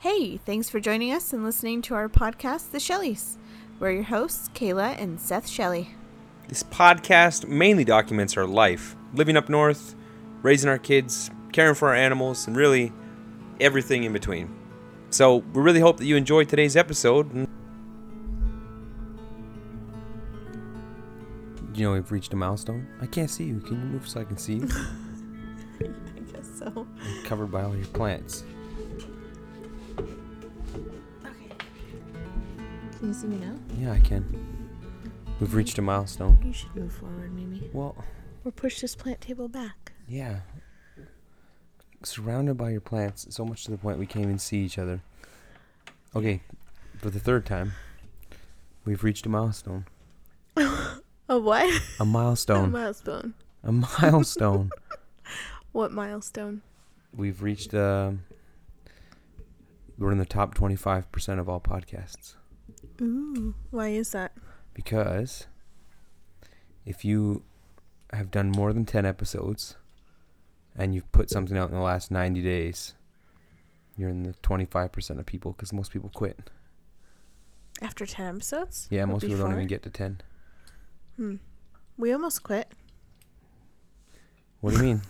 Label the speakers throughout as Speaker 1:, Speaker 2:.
Speaker 1: Hey, thanks for joining us and listening to our podcast, The Shelleys. We're your hosts, Kayla and Seth Shelley.
Speaker 2: This podcast mainly documents our life, living up north, raising our kids, caring for our animals, and really everything in between. So, we really hope that you enjoyed today's episode. and- You know, we've reached a milestone. I can't see you. Can you move so I can see you?
Speaker 1: I guess so.
Speaker 2: I'm covered by all your plants.
Speaker 1: Okay. Can you see me now?
Speaker 2: Yeah, I can. We've reached a milestone.
Speaker 1: You should move forward, Mimi.
Speaker 2: Well,
Speaker 1: Or push this plant table back.
Speaker 2: yeah. Surrounded by your plants, so much to the point we can't even see each other. Okay, for the third time, we've reached a milestone.
Speaker 1: A what?
Speaker 2: A
Speaker 1: A
Speaker 2: milestone.
Speaker 1: milestone.
Speaker 2: A milestone.
Speaker 1: What milestone?
Speaker 2: we've reached. Uh, we're in the top twenty-five percent of all podcasts
Speaker 1: Ooh. Why is that?
Speaker 2: because if you have done more than ten episodes and you've put something out in the last ninety days, you're in the twenty-five percent of people because most people quit.
Speaker 1: After 10 episodes?
Speaker 2: Yeah,
Speaker 1: Or
Speaker 2: most people don't
Speaker 1: before?
Speaker 2: even get to ten.
Speaker 1: Hmm. We almost quit.
Speaker 2: What do you mean?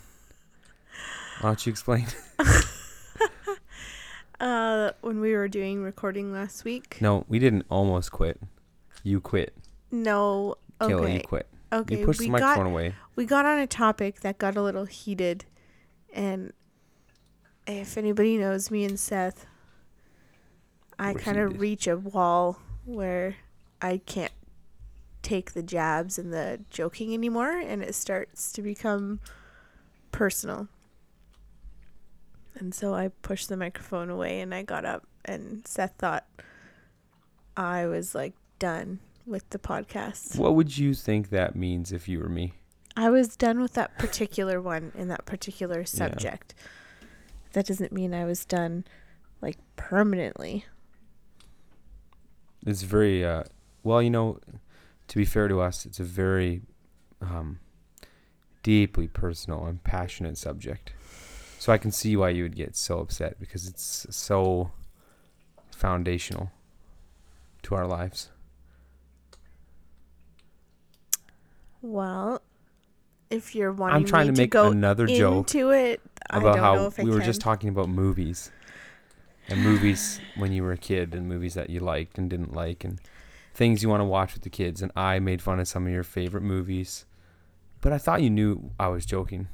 Speaker 2: Why don't you explain?
Speaker 1: Uh, when we were doing recording last week.
Speaker 2: No, we didn't almost quit. You quit.
Speaker 1: No. Okay.
Speaker 2: Kayla, you quit.
Speaker 1: Okay.
Speaker 2: you pushed
Speaker 1: we
Speaker 2: the
Speaker 1: got
Speaker 2: microphone away.
Speaker 1: we got on a topic that got a little heated and if anybody knows me and Seth I
Speaker 2: We're
Speaker 1: kind of
Speaker 2: heated.
Speaker 1: reach a wall where I can't take the jabs and the joking anymore and it starts to become personal. And so I pushed the microphone away and I got up and Seth thought I was like done with the podcast.
Speaker 2: What would you think that means if you were me?
Speaker 1: I was done with that particular one in that particular subject. That doesn't mean I was done like permanently.
Speaker 2: It's very uh, well, you know. To be fair to us, it's a very um, deeply personal and passionate subject. So I can see why you would get so upset because it's so foundational to our lives.
Speaker 1: Well, if you're wanting
Speaker 2: I'm trying
Speaker 1: me
Speaker 2: to make
Speaker 1: go
Speaker 2: another joke
Speaker 1: into it, I
Speaker 2: about
Speaker 1: don't know
Speaker 2: how
Speaker 1: if I
Speaker 2: we were
Speaker 1: can.
Speaker 2: just talking about movies and movies when you were a kid and movies that you liked and didn't like and things you want to watch with the kids and I made fun of some of your favorite movies but I thought you knew I was joking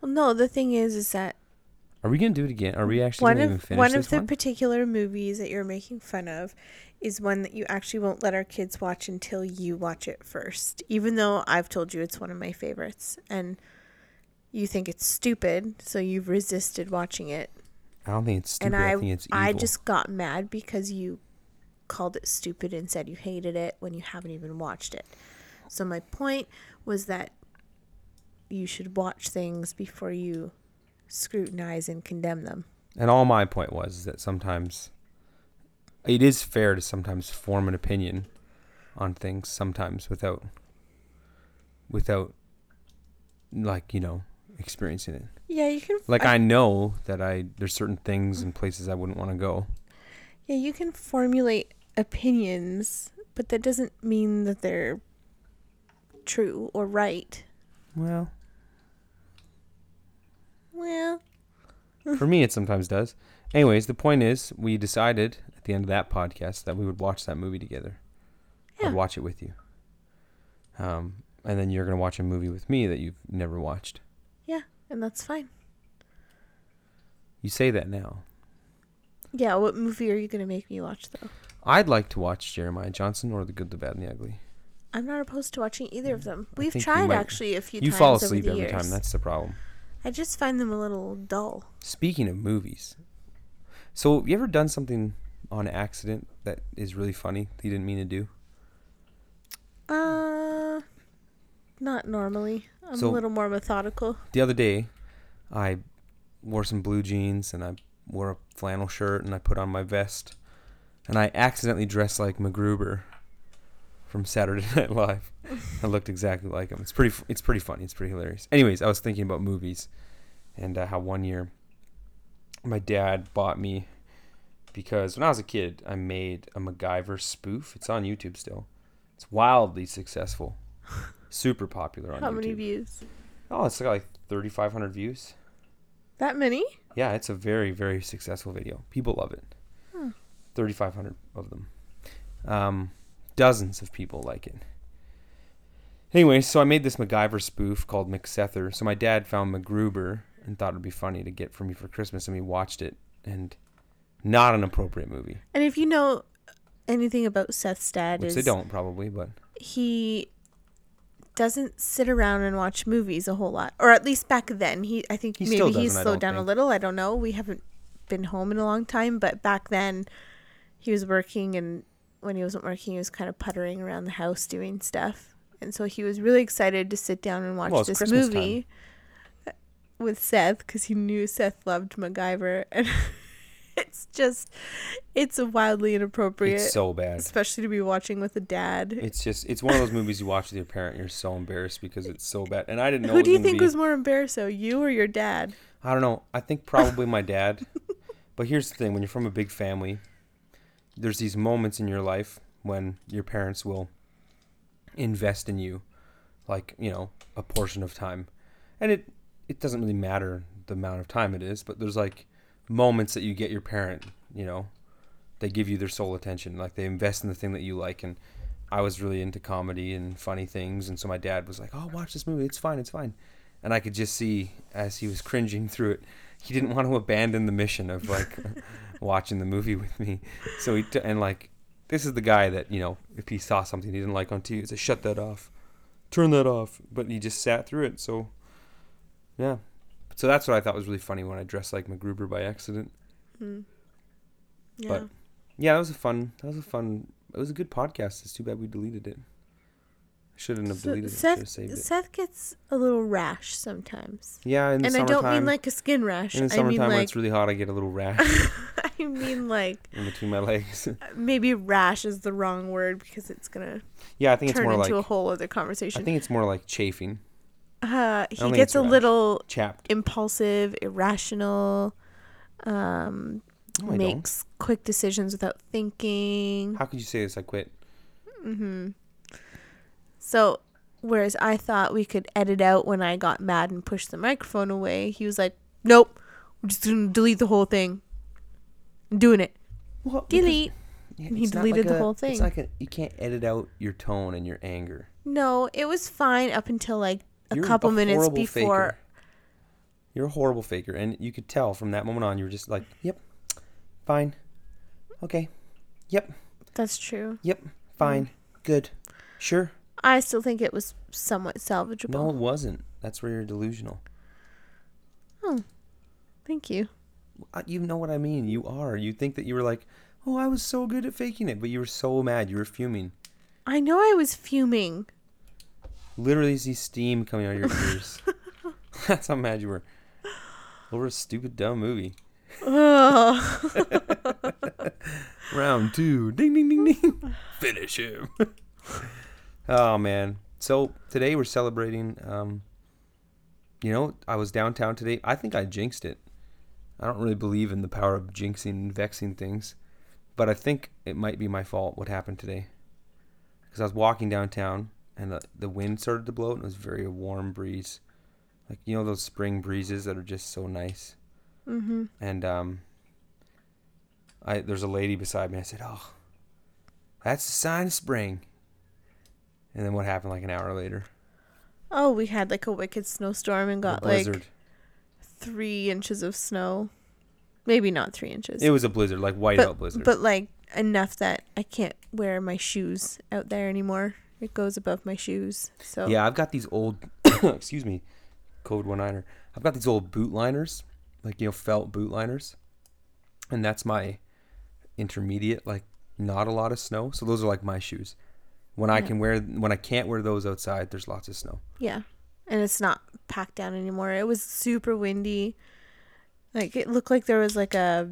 Speaker 1: Well, no, the thing is, is that
Speaker 2: are we gonna do it again are we actually
Speaker 1: one
Speaker 2: gonna even
Speaker 1: of
Speaker 2: finish
Speaker 1: one
Speaker 2: this
Speaker 1: of the
Speaker 2: one
Speaker 1: particular movies that you're making fun of is one that you actually won't let our kids watch until you watch it first. Even though I've told you it's one of my favorites, and you think it's stupid, so you've resisted watching it.
Speaker 2: I don't think it's stupid
Speaker 1: and
Speaker 2: I,
Speaker 1: I,
Speaker 2: think it's evil
Speaker 1: I just got mad because you called it stupid and said you hated it when you haven't even watched it. So my point was that you should watch things before you scrutinize and condemn them.
Speaker 2: and all my point was is that sometimes it is fair to sometimes form an opinion on things sometimes without without like you know experiencing it
Speaker 1: Yeah, you can.
Speaker 2: like I, know that I there's certain things and places I wouldn't want to go.
Speaker 1: yeah, you can formulate opinions, but that doesn't mean that they're true or right.
Speaker 2: Well,
Speaker 1: Well,
Speaker 2: for me it sometimes does. Anyways, the point is we decided at the end of that podcast that we would watch that movie together.
Speaker 1: Yeah.
Speaker 2: I'd watch it with you. Um, and then you're gonna watch a movie with me that you've never watched.
Speaker 1: yeah, and that's fine.
Speaker 2: You say that now.
Speaker 1: Yeah, what movie are you gonna make me watch though?
Speaker 2: I'd like to watch Jeremiah Johnson or The Good, the Bad, and the Ugly.
Speaker 1: I'm not opposed to watching either of them. We've
Speaker 2: think you
Speaker 1: tried
Speaker 2: might-
Speaker 1: actually a few
Speaker 2: You
Speaker 1: times.
Speaker 2: fall asleep
Speaker 1: over the
Speaker 2: every
Speaker 1: years.
Speaker 2: time. That's the problem.
Speaker 1: I just find them a little dull.
Speaker 2: Speaking of movies, so have you ever done something on accident that is really funny that you didn't mean to do?
Speaker 1: Uh, not normally. I'm
Speaker 2: So-
Speaker 1: a little more methodical.
Speaker 2: the other day, I wore some blue jeans and I wore a flannel shirt and I put on my vest, and I accidentally dressed like MacGruber from Saturday Night Live. I looked exactly like him. It's pretty. f- It's pretty funny. It's pretty hilarious. Anyways, I was thinking about movies, and uh, how one year my dad bought me because when I was a kid, I made a MacGyver spoof. It's on YouTube still. It's wildly successful, super popular on
Speaker 1: How
Speaker 2: YouTube.
Speaker 1: many views?
Speaker 2: Oh, it's got like 3,500 views.
Speaker 1: That many?
Speaker 2: Yeah, it's a very, very successful video. People love it.
Speaker 1: Hmm.
Speaker 2: 3,500 of them. Um, dozens of people like it. Anyway, so I made this MacGyver spoof called MacSether. So my dad found MacGruber and thought it would be funny to get for me for Christmas, and we watched it. And not an appropriate movie,
Speaker 1: And if you know anything about Seth's dad,
Speaker 2: which
Speaker 1: is
Speaker 2: they don't probably, but
Speaker 1: he doesn't sit around and watch movies a whole lot, or at least back then. He, I think
Speaker 2: He still
Speaker 1: maybe he's
Speaker 2: doesn't, I
Speaker 1: slowed
Speaker 2: don't
Speaker 1: down a
Speaker 2: think.
Speaker 1: little. I don't know. We haven't been home in a long time, but back then, he was working, and when he wasn't working, he was kind of puttering around the house doing stuff. And so he was really excited to sit down and watch
Speaker 2: Well, it's
Speaker 1: this
Speaker 2: Christmas
Speaker 1: movie with Seth because he knew Seth loved MacGyver, and it's just, it's wildly inappropriate.
Speaker 2: it's so bad.
Speaker 1: Especially to be watching with a dad.
Speaker 2: It's just it's one of those movies you watch with your parent, and you're so embarrassed because it's so bad. And I didn't know. it
Speaker 1: Who do you
Speaker 2: gonna
Speaker 1: think
Speaker 2: be-
Speaker 1: was more embarrassed, though, you or your dad?
Speaker 2: I don't know. I think probably my dad. But here's the thing: when you're from a big family, there's these moments in your life when your parents will invest in you, like you know, a portion of time, and it it doesn't really matter the amount of time it is, but there's like moments that you get your parent, you know, they give you their sole attention, like they invest in the thing that you like, and I was really into comedy and funny things, and so my dad was like, "Oh, watch this movie. It's fine. It's fine." and I could just see as he was cringing through it, he didn't want to abandon the mission of like watching the movie with me. So he t- and like this is the guy that you know if he saw something he didn't like on TV, he'd say shut that off, turn that off. But he just sat through it. So yeah, so that's what I thought was really funny when I dressed like MacGruber by accident.
Speaker 1: Hmm. Yeah.
Speaker 2: But- Yeah, that was a fun. That was a fun. It was a good podcast. It's too bad we deleted it. Shouldn't have
Speaker 1: So
Speaker 2: deleted it. Should
Speaker 1: Seth-
Speaker 2: have saved it.
Speaker 1: Seth gets a little rash sometimes.
Speaker 2: Yeah, in the
Speaker 1: and I
Speaker 2: summertime.
Speaker 1: don't mean like a skin rash.
Speaker 2: in the
Speaker 1: I mean
Speaker 2: summertime when
Speaker 1: like
Speaker 2: it's really hot, I get a little rash.
Speaker 1: I mean like
Speaker 2: in between my legs.
Speaker 1: maybe rash is the wrong word because it's gonna
Speaker 2: yeah, I think it's
Speaker 1: turn
Speaker 2: more
Speaker 1: into
Speaker 2: like
Speaker 1: a whole other
Speaker 2: I
Speaker 1: conversation.
Speaker 2: think it's more like chafing,
Speaker 1: uh, he
Speaker 2: think
Speaker 1: gets
Speaker 2: it's
Speaker 1: a
Speaker 2: rash.
Speaker 1: little
Speaker 2: chapped.
Speaker 1: impulsive, irrational, um,
Speaker 2: No, I don't.
Speaker 1: makes quick decisions without thinking.
Speaker 2: How could you say this? I quit.
Speaker 1: Mm-hmm. So, whereas I thought we could edit out when I got mad and pushed the microphone away, he was like, "Nope, we're just gonna delete the whole thing. I'm doing it.
Speaker 2: What?
Speaker 1: Delete." And he deleted the whole thing.
Speaker 2: It's like a, you can't edit out your tone and your anger.
Speaker 1: No, it was fine up until like a
Speaker 2: You're
Speaker 1: couple minutes
Speaker 2: horrible
Speaker 1: before.
Speaker 2: Faker. You're a horrible faker, and you could tell from that moment on. You were just like, "Yep, fine, okay,
Speaker 1: That's true. Mm.
Speaker 2: fine, good, sure."
Speaker 1: I still think it was somewhat salvageable.
Speaker 2: No, it wasn't. That's where you're delusional.
Speaker 1: Thank you.
Speaker 2: I- Uh, you know what I mean. You are. You think that you were like, "Oh, I was so good at faking it," but you were so mad. You were fuming.
Speaker 1: I know I was fuming.
Speaker 2: Literally see steam coming out of your ears. That's how mad you were. Over a stupid dumb movie.
Speaker 1: Ugh.
Speaker 2: Round two. Ding ding ding ding. Finish him. oh man. So today we're celebrating um you know, I was downtown today. I think I jinxed it. I don't really believe in the power of jinxing and vexing things, but I think it might be my fault what happened today. Cuz I was walking downtown and the, the wind started to blow and it was very a warm breeze. Like you know those spring breezes that are just so nice
Speaker 1: mm-hmm.
Speaker 2: and um, I there's a lady beside me. I said, "Oh, that's the sign of spring." And then what happened? Like an hour later,
Speaker 1: Oh, we had like a wicked snowstorm and
Speaker 2: a
Speaker 1: got like
Speaker 2: blizzard.
Speaker 1: three inches of snow. Maybe not three inches.
Speaker 2: it was a blizzard, like whiteout blizzard.
Speaker 1: But like enough that I can't wear my shoes out there anymore. It goes above my shoes. So
Speaker 2: Yeah, I've got these old, excuse me, COVID one niner. I've got these old boot liners, like you know felt boot liners, and that's my intermediate, like not a lot of snow. So those are like my shoes. When I
Speaker 1: Yeah.
Speaker 2: can wear, when I can't wear those outside, there's lots of snow.
Speaker 1: yeah. And it's not packed down anymore. It was super windy. Like it looked like there was like a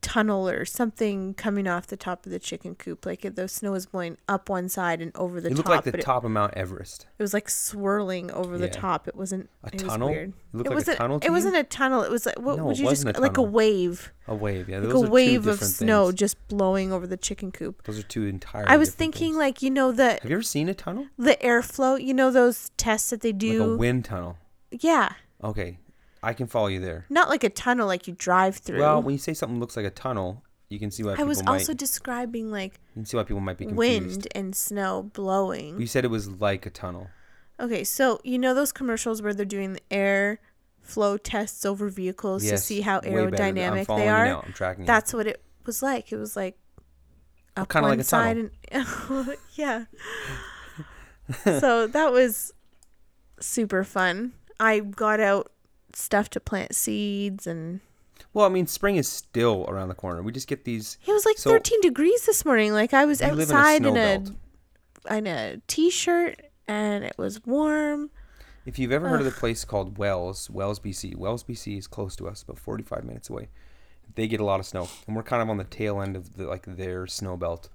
Speaker 1: tunnel or something coming off the top of the chicken coop. Like it, the snow was blowing up one side and over the
Speaker 2: it
Speaker 1: top.
Speaker 2: looked like the
Speaker 1: but it-
Speaker 2: top of Mount Everest.
Speaker 1: It, was like swirling over the
Speaker 2: Yeah.
Speaker 1: top. It wasn't
Speaker 2: A
Speaker 1: it was
Speaker 2: tunnel?
Speaker 1: weird.
Speaker 2: It looked like a
Speaker 1: wasn't,
Speaker 2: tunnel to
Speaker 1: It
Speaker 2: you?
Speaker 1: wasn't a tunnel. It was like what
Speaker 2: No,
Speaker 1: would
Speaker 2: it
Speaker 1: you just
Speaker 2: wasn't a
Speaker 1: like a
Speaker 2: tunnel.
Speaker 1: wave,
Speaker 2: A wave, yeah.
Speaker 1: like
Speaker 2: those
Speaker 1: a
Speaker 2: are
Speaker 1: wave
Speaker 2: two
Speaker 1: of
Speaker 2: different
Speaker 1: snow
Speaker 2: Things.
Speaker 1: just blowing over the chicken coop.
Speaker 2: Those are two entirely.
Speaker 1: I was
Speaker 2: different
Speaker 1: thinking
Speaker 2: things.
Speaker 1: like you know the
Speaker 2: Have you ever seen a tunnel?
Speaker 1: the airflow. You know those tests that they do.
Speaker 2: Like a wind tunnel.
Speaker 1: yeah,
Speaker 2: Okay, I can follow you there.
Speaker 1: not like a tunnel like you drive through.
Speaker 2: Well, when you say something looks like a tunnel, you can see why
Speaker 1: I
Speaker 2: people
Speaker 1: was
Speaker 2: might.
Speaker 1: also describing like
Speaker 2: you can see why people might be confused.
Speaker 1: wind and snow blowing.
Speaker 2: You said it was like a tunnel.
Speaker 1: Okay, so you know those commercials where they're doing the air flow tests over vehicles to
Speaker 2: Yes,
Speaker 1: see how
Speaker 2: way better than- I'm
Speaker 1: aerodynamic
Speaker 2: following
Speaker 1: they
Speaker 2: You
Speaker 1: are?
Speaker 2: now. I'm tracking. That's
Speaker 1: That's what it was like. It was like up
Speaker 2: kinda like
Speaker 1: one
Speaker 2: a
Speaker 1: side and yeah. so that was super fun. I got out stuff to plant seeds and
Speaker 2: you. Well, I mean, spring is still around the corner. We just get these.
Speaker 1: it was like
Speaker 2: So-
Speaker 1: 13 degrees this morning. Like I was
Speaker 2: You live in a
Speaker 1: outside
Speaker 2: snow
Speaker 1: in a
Speaker 2: belt.
Speaker 1: in a t-shirt and it was warm.
Speaker 2: If you've ever heard of the place called Wells, Wells, BC, Wells, BC is close to us, about 45 minutes away. They get a lot of snow, and we're kind of on the tail end of the, like their snow belt.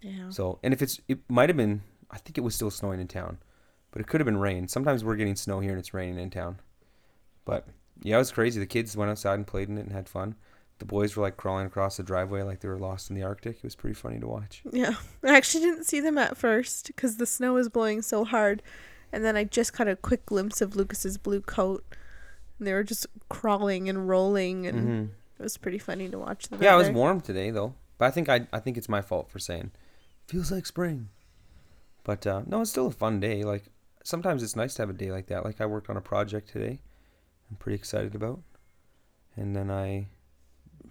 Speaker 1: Yeah.
Speaker 2: So, and if it's, it might have been, I think it was still snowing in town, but it could have been rain. Sometimes we're getting snow here and it's raining in town. But yeah, it was crazy. The kids went outside and played in it and had fun. The boys were like crawling across the driveway like they were lost in the Arctic. It was pretty funny to watch.
Speaker 1: Yeah. I actually didn't see them at first because the snow was blowing so hard. And then I just caught a quick glimpse of Lucas's blue coat. And they were just crawling and rolling. And
Speaker 2: Mhm.
Speaker 1: it was pretty funny to watch them.
Speaker 2: Yeah,
Speaker 1: out
Speaker 2: it was
Speaker 1: there.
Speaker 2: warm today though, but I think I, I think it's my fault for saying feels like spring. But uh, no, it's still a fun day. Like sometimes it's nice to have a day like that. Like I worked on a project today, I'm pretty excited about, and then I.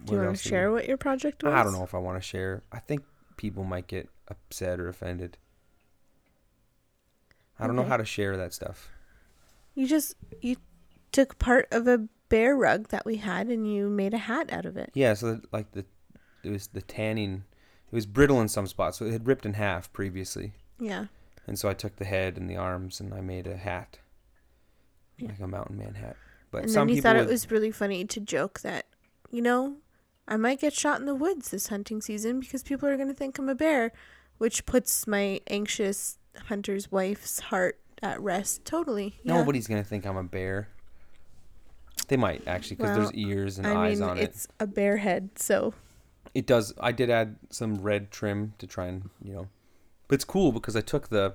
Speaker 1: Do you
Speaker 2: what
Speaker 1: want
Speaker 2: else
Speaker 1: to
Speaker 2: did we-
Speaker 1: share what your project was?
Speaker 2: I don't know if I want to share. I think people might get upset or offended. I don't know
Speaker 1: Okay.
Speaker 2: how to share that stuff.
Speaker 1: You just you took part of a bear rug that we had and you made a hat out of it.
Speaker 2: Yeah, so that, like the it was the tanning, it was brittle in some spots, so it had ripped in half previously,
Speaker 1: Yeah.
Speaker 2: and so I took the head and the arms and I made a hat, like a mountain man hat. But
Speaker 1: and
Speaker 2: some
Speaker 1: then he
Speaker 2: people
Speaker 1: thought it
Speaker 2: would-
Speaker 1: was really funny to joke that, you know, I might get shot in the woods this hunting season because people are going to think I'm a bear, which puts my anxious hunter's wife's heart at rest totally. Yeah.
Speaker 2: nobody's gonna think I'm a bear. They might actually, because
Speaker 1: Well,
Speaker 2: there's ears and
Speaker 1: I
Speaker 2: eyes
Speaker 1: mean,
Speaker 2: on it.
Speaker 1: it's a bear head, so
Speaker 2: It does. I did add some red trim to try and you know, but it's cool because I took the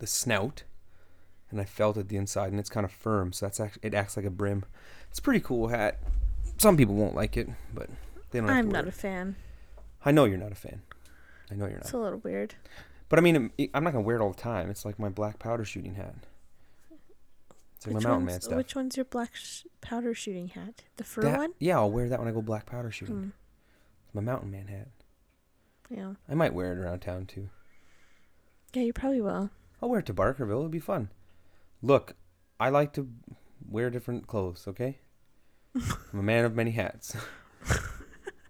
Speaker 2: the snout and I felted the inside, and it's kind of firm, so that's act- it acts like a brim. It's a pretty cool hat. Some people won't like it, but they don't. Have
Speaker 1: I'm
Speaker 2: to wear
Speaker 1: not a
Speaker 2: it.
Speaker 1: fan.
Speaker 2: I know you're not a fan. I know you're not.
Speaker 1: It's a little weird.
Speaker 2: but I mean, it, I'm not gonna wear it all the time. It's like my black powder shooting hat. It's like
Speaker 1: which,
Speaker 2: my mountain man
Speaker 1: one's,
Speaker 2: stuff.
Speaker 1: which one's your black sh- powder shooting hat? The fur
Speaker 2: That-
Speaker 1: one? Hmm.
Speaker 2: Yeah, I'll wear that when I go black powder shooting. It's my mountain man hat.
Speaker 1: Yeah.
Speaker 2: I might wear it around town too.
Speaker 1: Yeah, you probably will.
Speaker 2: I'll wear it to Barkerville. It'll be fun. Look, I like to wear different clothes, okay? I'm a man of many hats.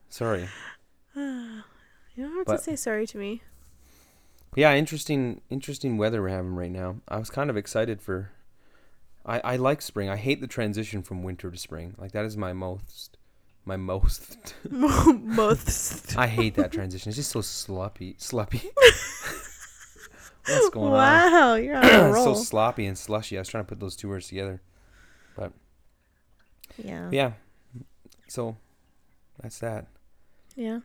Speaker 2: Sorry.
Speaker 1: You don't have
Speaker 2: But-
Speaker 1: to say sorry to me.
Speaker 2: Yeah, interesting interesting weather we're having right now. I was kind of excited for I, I like spring. I hate the transition from winter to spring. Like that is my most my most
Speaker 1: Most.
Speaker 2: I hate that transition. It's just so sloppy sloppy. What's going on?
Speaker 1: wow, you're on a
Speaker 2: It's so
Speaker 1: roll.
Speaker 2: sloppy and slushy. I was trying to put those two words together.
Speaker 1: yeah.
Speaker 2: Yeah. So that's that.
Speaker 1: Yeah.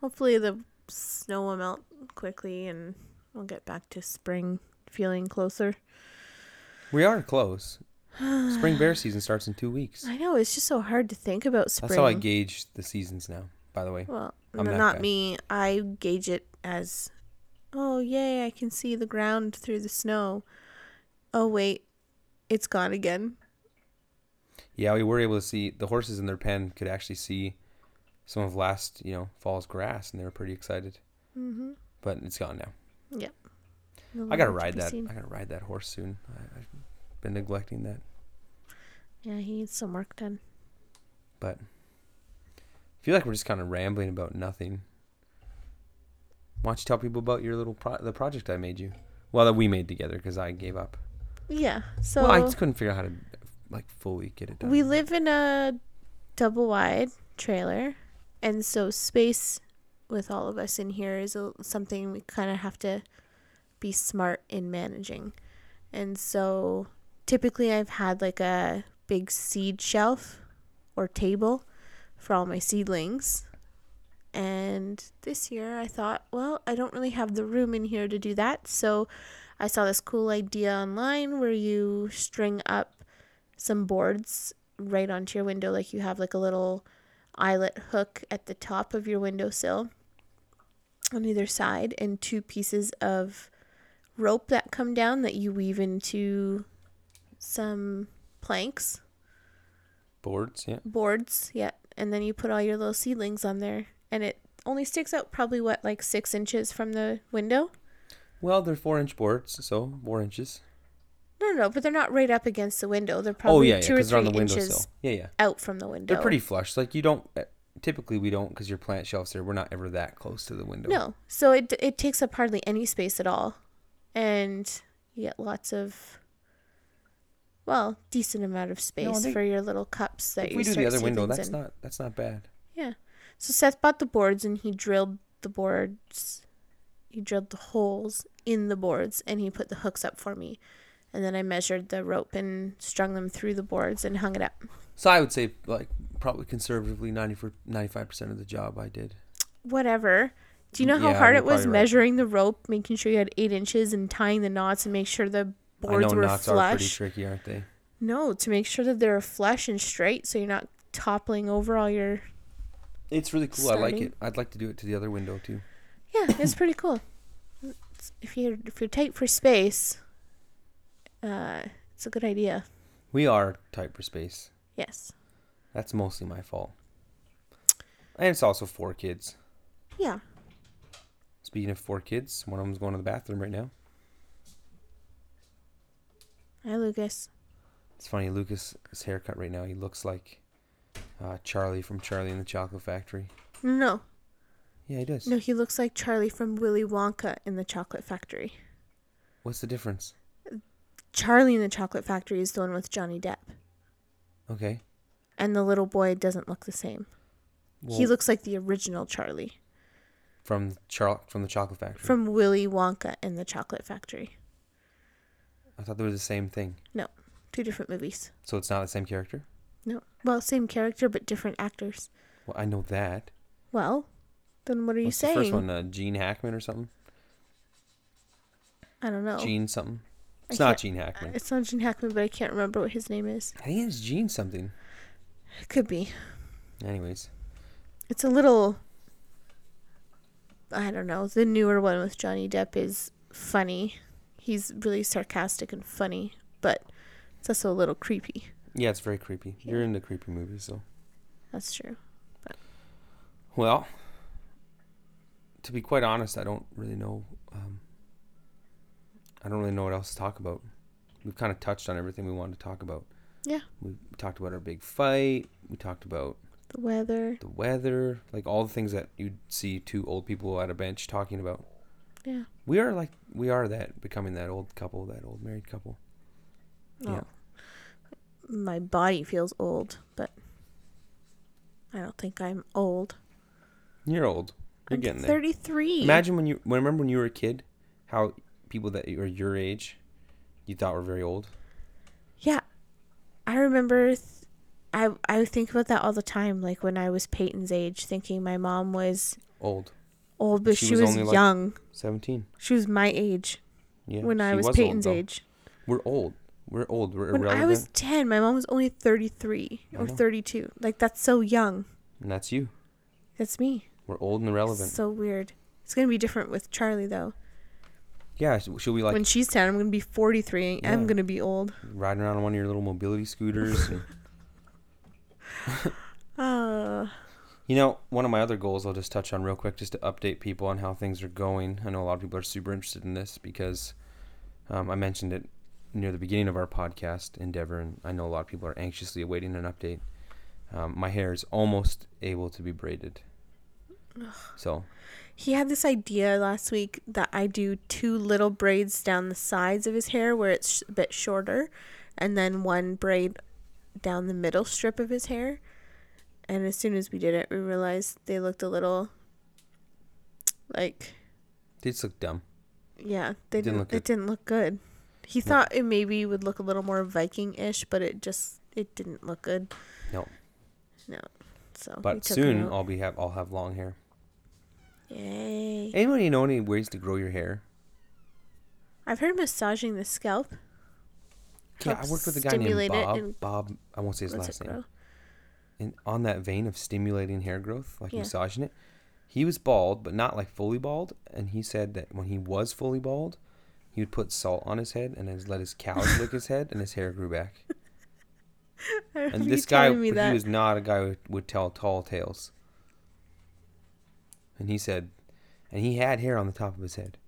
Speaker 1: Hopefully the snow will melt quickly and we'll get back to spring feeling closer.
Speaker 2: We are close. Spring bear season starts in two weeks.
Speaker 1: I know, it's just so hard to think about spring.
Speaker 2: That's how I gauge the seasons now, by the way.
Speaker 1: Well,
Speaker 2: I'm
Speaker 1: n-
Speaker 2: that
Speaker 1: not
Speaker 2: guy.
Speaker 1: me. I gauge it as oh, yay, I can see the ground through the snow. Oh, wait, it's gone again.
Speaker 2: Yeah, we were able to see the horses in their pen could actually see some of last, you know, fall's grass, and they were pretty excited.
Speaker 1: Mm-hmm.
Speaker 2: But it's gone now.
Speaker 1: No
Speaker 2: I
Speaker 1: longer
Speaker 2: gotta
Speaker 1: to
Speaker 2: ride
Speaker 1: be
Speaker 2: that.
Speaker 1: seen.
Speaker 2: I gotta ride that horse soon. I, I've been neglecting that.
Speaker 1: Yeah, he needs some work done.
Speaker 2: I feel like we're just kind of rambling about nothing. Why don't you tell people about your little pro- the project I made you? Well, that we made together because I gave up.
Speaker 1: Yeah, so
Speaker 2: well, I just couldn't figure out how to like fully get it done.
Speaker 1: we live in a double wide trailer. And so space with all of us in here is a, something we kind of have to be smart in managing. And so typically I've had like a big seed shelf or table for all my seedlings. And this year I thought, well, I don't really have the room in here to do that. So I saw this cool idea online where you string up some boards right onto your window, like you have like a little eyelet hook at the top of your windowsill on either side, and two pieces of rope that come down that you weave into some planks,
Speaker 2: Boards, yeah.
Speaker 1: boards, yeah, and then you put all your little seedlings on there, and it only sticks out probably what like six inches from the window.
Speaker 2: Well, they're four inch boards, so four inches.
Speaker 1: No, no, no, but they're not right up against the window. They're probably
Speaker 2: oh yeah, yeah,
Speaker 1: two or
Speaker 2: because they're on
Speaker 1: three
Speaker 2: the
Speaker 1: inches
Speaker 2: windowsill. Yeah, yeah.
Speaker 1: out from the window.
Speaker 2: They're pretty flush. Like you don't. uh, Typically, we don't because your plant shelves there. We're not ever that close to the window.
Speaker 1: No. So it it takes up hardly any space at all. And you get lots of well, decent amount of space
Speaker 2: they-
Speaker 1: for your little cups that
Speaker 2: If
Speaker 1: you
Speaker 2: we do the
Speaker 1: start
Speaker 2: other window,
Speaker 1: seedlings
Speaker 2: that's
Speaker 1: in.
Speaker 2: not that's not bad.
Speaker 1: Yeah. So Seth bought the boards and he drilled the boards. He drilled the holes in the boards and he put the hooks up for me. And then I measured the rope and strung them through the boards and hung it up.
Speaker 2: So I would say like probably conservatively 95 percent of the job I did.
Speaker 1: whatever. Do you know how
Speaker 2: Yeah,
Speaker 1: hard
Speaker 2: you're
Speaker 1: it was
Speaker 2: probably right.
Speaker 1: measuring the rope, making sure you had eight inches, and tying the knots and make sure the boards
Speaker 2: I know
Speaker 1: were
Speaker 2: knots are pretty
Speaker 1: flush?
Speaker 2: tricky, aren't they?
Speaker 1: no, to make sure that they're flush and straight, so you're not toppling over all your.
Speaker 2: It's really cool. I like
Speaker 1: Starting.
Speaker 2: it. I'd like to do it to the other window too.
Speaker 1: Yeah, it's pretty cool. It's- If you're if you're tight for space, uh, it's a good idea.
Speaker 2: We are tight for space.
Speaker 1: Yes.
Speaker 2: That's mostly my fault. And it's also four kids.
Speaker 1: Yeah.
Speaker 2: Speaking of four kids, one of them's going to the bathroom right now.
Speaker 1: Hi, Lucas.
Speaker 2: It's funny, Lucas's haircut right now. He looks like uh, Charlie from Charlie and the Chocolate Factory.
Speaker 1: No, no,
Speaker 2: Yeah, he does.
Speaker 1: no. He looks like Charlie from Willy Wonka in the Chocolate Factory.
Speaker 2: What's the difference?
Speaker 1: Charlie in the Chocolate Factory is the one with Johnny Depp,
Speaker 2: Okay.
Speaker 1: and the little boy doesn't look the same. he
Speaker 2: Well,
Speaker 1: looks like the original Charlie
Speaker 2: from Char- from the Chocolate Factory.
Speaker 1: from Willy Wonka and the Chocolate Factory.
Speaker 2: I thought they were the same thing.
Speaker 1: No, two different movies.
Speaker 2: So it's not the same character.
Speaker 1: No, well, same character but different actors.
Speaker 2: Well, I know that.
Speaker 1: Well, then what are you
Speaker 2: What's
Speaker 1: saying?
Speaker 2: the first one? Uh, Gene Hackman or something?
Speaker 1: I don't know.
Speaker 2: Gene something.
Speaker 1: I
Speaker 2: It's not
Speaker 1: can't-
Speaker 2: Gene Hackman.
Speaker 1: It's not Gene Hackman, but I can't remember what his name is.
Speaker 2: I think it's Gene something.
Speaker 1: It could be.
Speaker 2: Anyways,
Speaker 1: It's a little. I don't know. The newer one with Johnny Depp is funny. He's really sarcastic and funny, but it's also a little creepy.
Speaker 2: yeah, it's very creepy. You're into creepy movies, so.
Speaker 1: That's true.
Speaker 2: Well, to be quite honest, I don't really know. Um, I don't really know what else to talk about. We've kind of touched on everything we wanted to talk about.
Speaker 1: Yeah.
Speaker 2: We talked about our big fight. We talked about
Speaker 1: The weather.
Speaker 2: the weather, like all the things that you'd see two old people at a bench talking about.
Speaker 1: Yeah.
Speaker 2: We are like we are that becoming that old couple, that old married couple. Yeah.
Speaker 1: Oh. My body feels old, but I don't think I'm old.
Speaker 2: You're old. You're
Speaker 1: I'm
Speaker 2: getting there.
Speaker 1: 33.
Speaker 2: Imagine when you when remember when you were a kid, how people that are your age, you thought were very old.
Speaker 1: Yeah. I remember th- I I think about that all the time like when I was Peyton's age thinking my mom was
Speaker 2: Old.
Speaker 1: old but
Speaker 2: She
Speaker 1: she,
Speaker 2: was
Speaker 1: was,
Speaker 2: only, like-
Speaker 1: young.
Speaker 2: Seventeen.
Speaker 1: she was my age
Speaker 2: Yeah.
Speaker 1: when I
Speaker 2: she
Speaker 1: was,
Speaker 2: old,
Speaker 1: Peyton's
Speaker 2: though.
Speaker 1: age.
Speaker 2: We're old. We're old. We're
Speaker 1: When
Speaker 2: irrelevant.
Speaker 1: I was 10, my mom was only 33
Speaker 2: I
Speaker 1: or
Speaker 2: know.
Speaker 1: 32. Like that's so young.
Speaker 2: And that's you.
Speaker 1: That's me.
Speaker 2: We're old and irrelevant.
Speaker 1: So weird. It's going to be different with Charlie though.
Speaker 2: yeah. sh- Should we like
Speaker 1: when she's 10, I'm going to be 43.
Speaker 2: Yeah.
Speaker 1: I'm going to be old.
Speaker 2: riding around on one of your little mobility scooters? and,
Speaker 1: Uh,
Speaker 2: you know, one of my other goals I'll just touch on real quick, just to update people on how things are going. I know a lot of people are super interested in this because um, I mentioned it near the beginning of our podcast endeavor, and I know a lot of people are anxiously awaiting an update. Um, my hair is almost able to be braided. So
Speaker 1: He had this idea last week that I do two little braids down the sides of his hair where it's a bit shorter, and then one braid down the middle strip of his hair. And as soon as we did it, we realized they looked a little like
Speaker 2: They just look dumb.
Speaker 1: yeah, they
Speaker 2: Didn't
Speaker 1: didn't,
Speaker 2: look good.
Speaker 1: it didn't look good. He thought it maybe would look a little more Viking-ish, but it just it didn't look good.
Speaker 2: No.
Speaker 1: No. So we
Speaker 2: But
Speaker 1: took it
Speaker 2: soon
Speaker 1: out.
Speaker 2: I'll be have I'll have long hair.
Speaker 1: Yay.
Speaker 2: Anybody know any ways to grow your hair?
Speaker 1: I've heard massaging the scalp
Speaker 2: Yeah, I
Speaker 1: helps
Speaker 2: worked with a guy named
Speaker 1: stimulate it
Speaker 2: Bob.
Speaker 1: and
Speaker 2: Bob, I won't say his
Speaker 1: lets
Speaker 2: last
Speaker 1: it
Speaker 2: name.
Speaker 1: grow.
Speaker 2: and on that vein of stimulating hair growth, like
Speaker 1: Yeah.
Speaker 2: massaging it, he was bald, but not like fully bald. And he said that when he was fully bald, he would put salt on his head and has let his cows lick his head, and his hair grew back.
Speaker 1: I remember
Speaker 2: And
Speaker 1: you
Speaker 2: this guy,
Speaker 1: telling me
Speaker 2: but
Speaker 1: that.
Speaker 2: he was not a guy who would tell tall tales. And he said, and he had hair on the top of his head.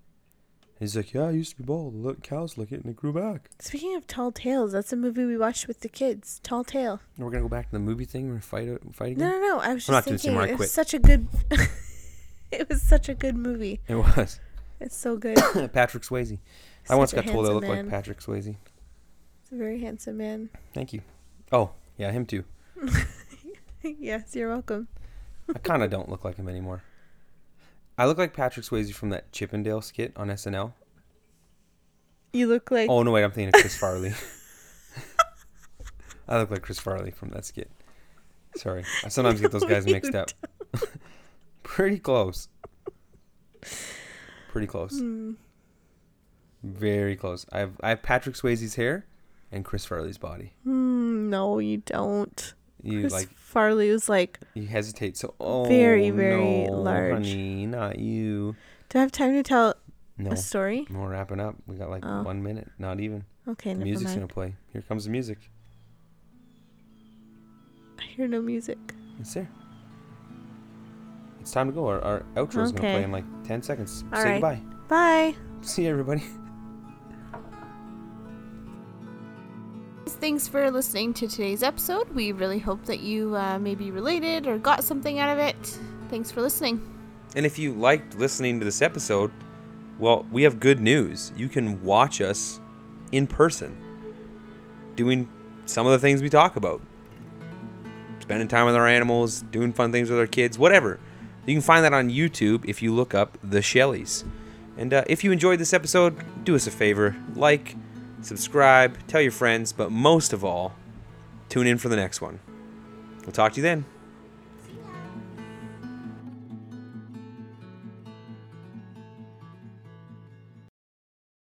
Speaker 2: He's like, yeah, I used to be bald. Let cows lick it, and it grew back.
Speaker 1: Speaking of Tall Tales, that's a movie we watched with the kids. Tall Tale.
Speaker 2: And we're gonna go back to the movie thing. We're gonna fight, it- fight
Speaker 1: No,
Speaker 2: again.
Speaker 1: no, no. I was
Speaker 2: I'm not
Speaker 1: just
Speaker 2: doing
Speaker 1: thinking
Speaker 2: this anymore, I
Speaker 1: it
Speaker 2: quit.
Speaker 1: was such a good. it was such a good movie.
Speaker 2: It was
Speaker 1: It's so good. It's
Speaker 2: Patrick Swayze. I
Speaker 1: Such
Speaker 2: once
Speaker 1: a
Speaker 2: got told I
Speaker 1: handsome
Speaker 2: look
Speaker 1: man.
Speaker 2: like Patrick Swayze.
Speaker 1: a very handsome man.
Speaker 2: Thank you. Oh, yeah, him too.
Speaker 1: yes, you're welcome.
Speaker 2: I kind of don't look like him anymore. I look like Patrick Swayze from that Chippendale skit on SNL.
Speaker 1: You look like
Speaker 2: Oh no, wait, I'm thinking of Chris Farley. I look like Chris Farley from that skit. Sorry, I sometimes get those
Speaker 1: No,
Speaker 2: guys
Speaker 1: you
Speaker 2: mixed up. Pretty close. Pretty close.
Speaker 1: Hmm.
Speaker 2: Very close. I have I have Patrick Swayze's hair and Chris Farley's body.
Speaker 1: Hmm, no, you don't.
Speaker 2: You
Speaker 1: Chris
Speaker 2: like
Speaker 1: Farley was like,
Speaker 2: you hesitate so oh
Speaker 1: Very, very
Speaker 2: no,
Speaker 1: large.
Speaker 2: honey, not you.
Speaker 1: "Do I have time to tell
Speaker 2: No.
Speaker 1: a story?"
Speaker 2: We're wrapping up. We got like
Speaker 1: Oh.
Speaker 2: one minute, not even.
Speaker 1: Okay,
Speaker 2: The
Speaker 1: never
Speaker 2: music's
Speaker 1: mind.
Speaker 2: gonna play. Here comes the music.
Speaker 1: I hear no music.
Speaker 2: It's there. It's time to go. Our, our outro's gonna play
Speaker 1: Okay.
Speaker 2: in like ten seconds.
Speaker 1: All
Speaker 2: Say
Speaker 1: right.
Speaker 2: goodbye.
Speaker 1: Bye.
Speaker 2: See you, everybody.
Speaker 1: Thanks for listening to today's episode. We really hope that you uh, maybe related or got something out of it. Thanks for listening.
Speaker 2: And if you liked listening to this episode, well, we have good news. You can watch us in person doing some of the things we talk about. Spending time with our animals, doing fun things with our kids, whatever. You can find that on YouTube if you look up The Shelleys. And uh, if you enjoyed this episode, do us a favor like, subscribe, tell your friends, but most of all, tune in for the next one. We'll talk to you then.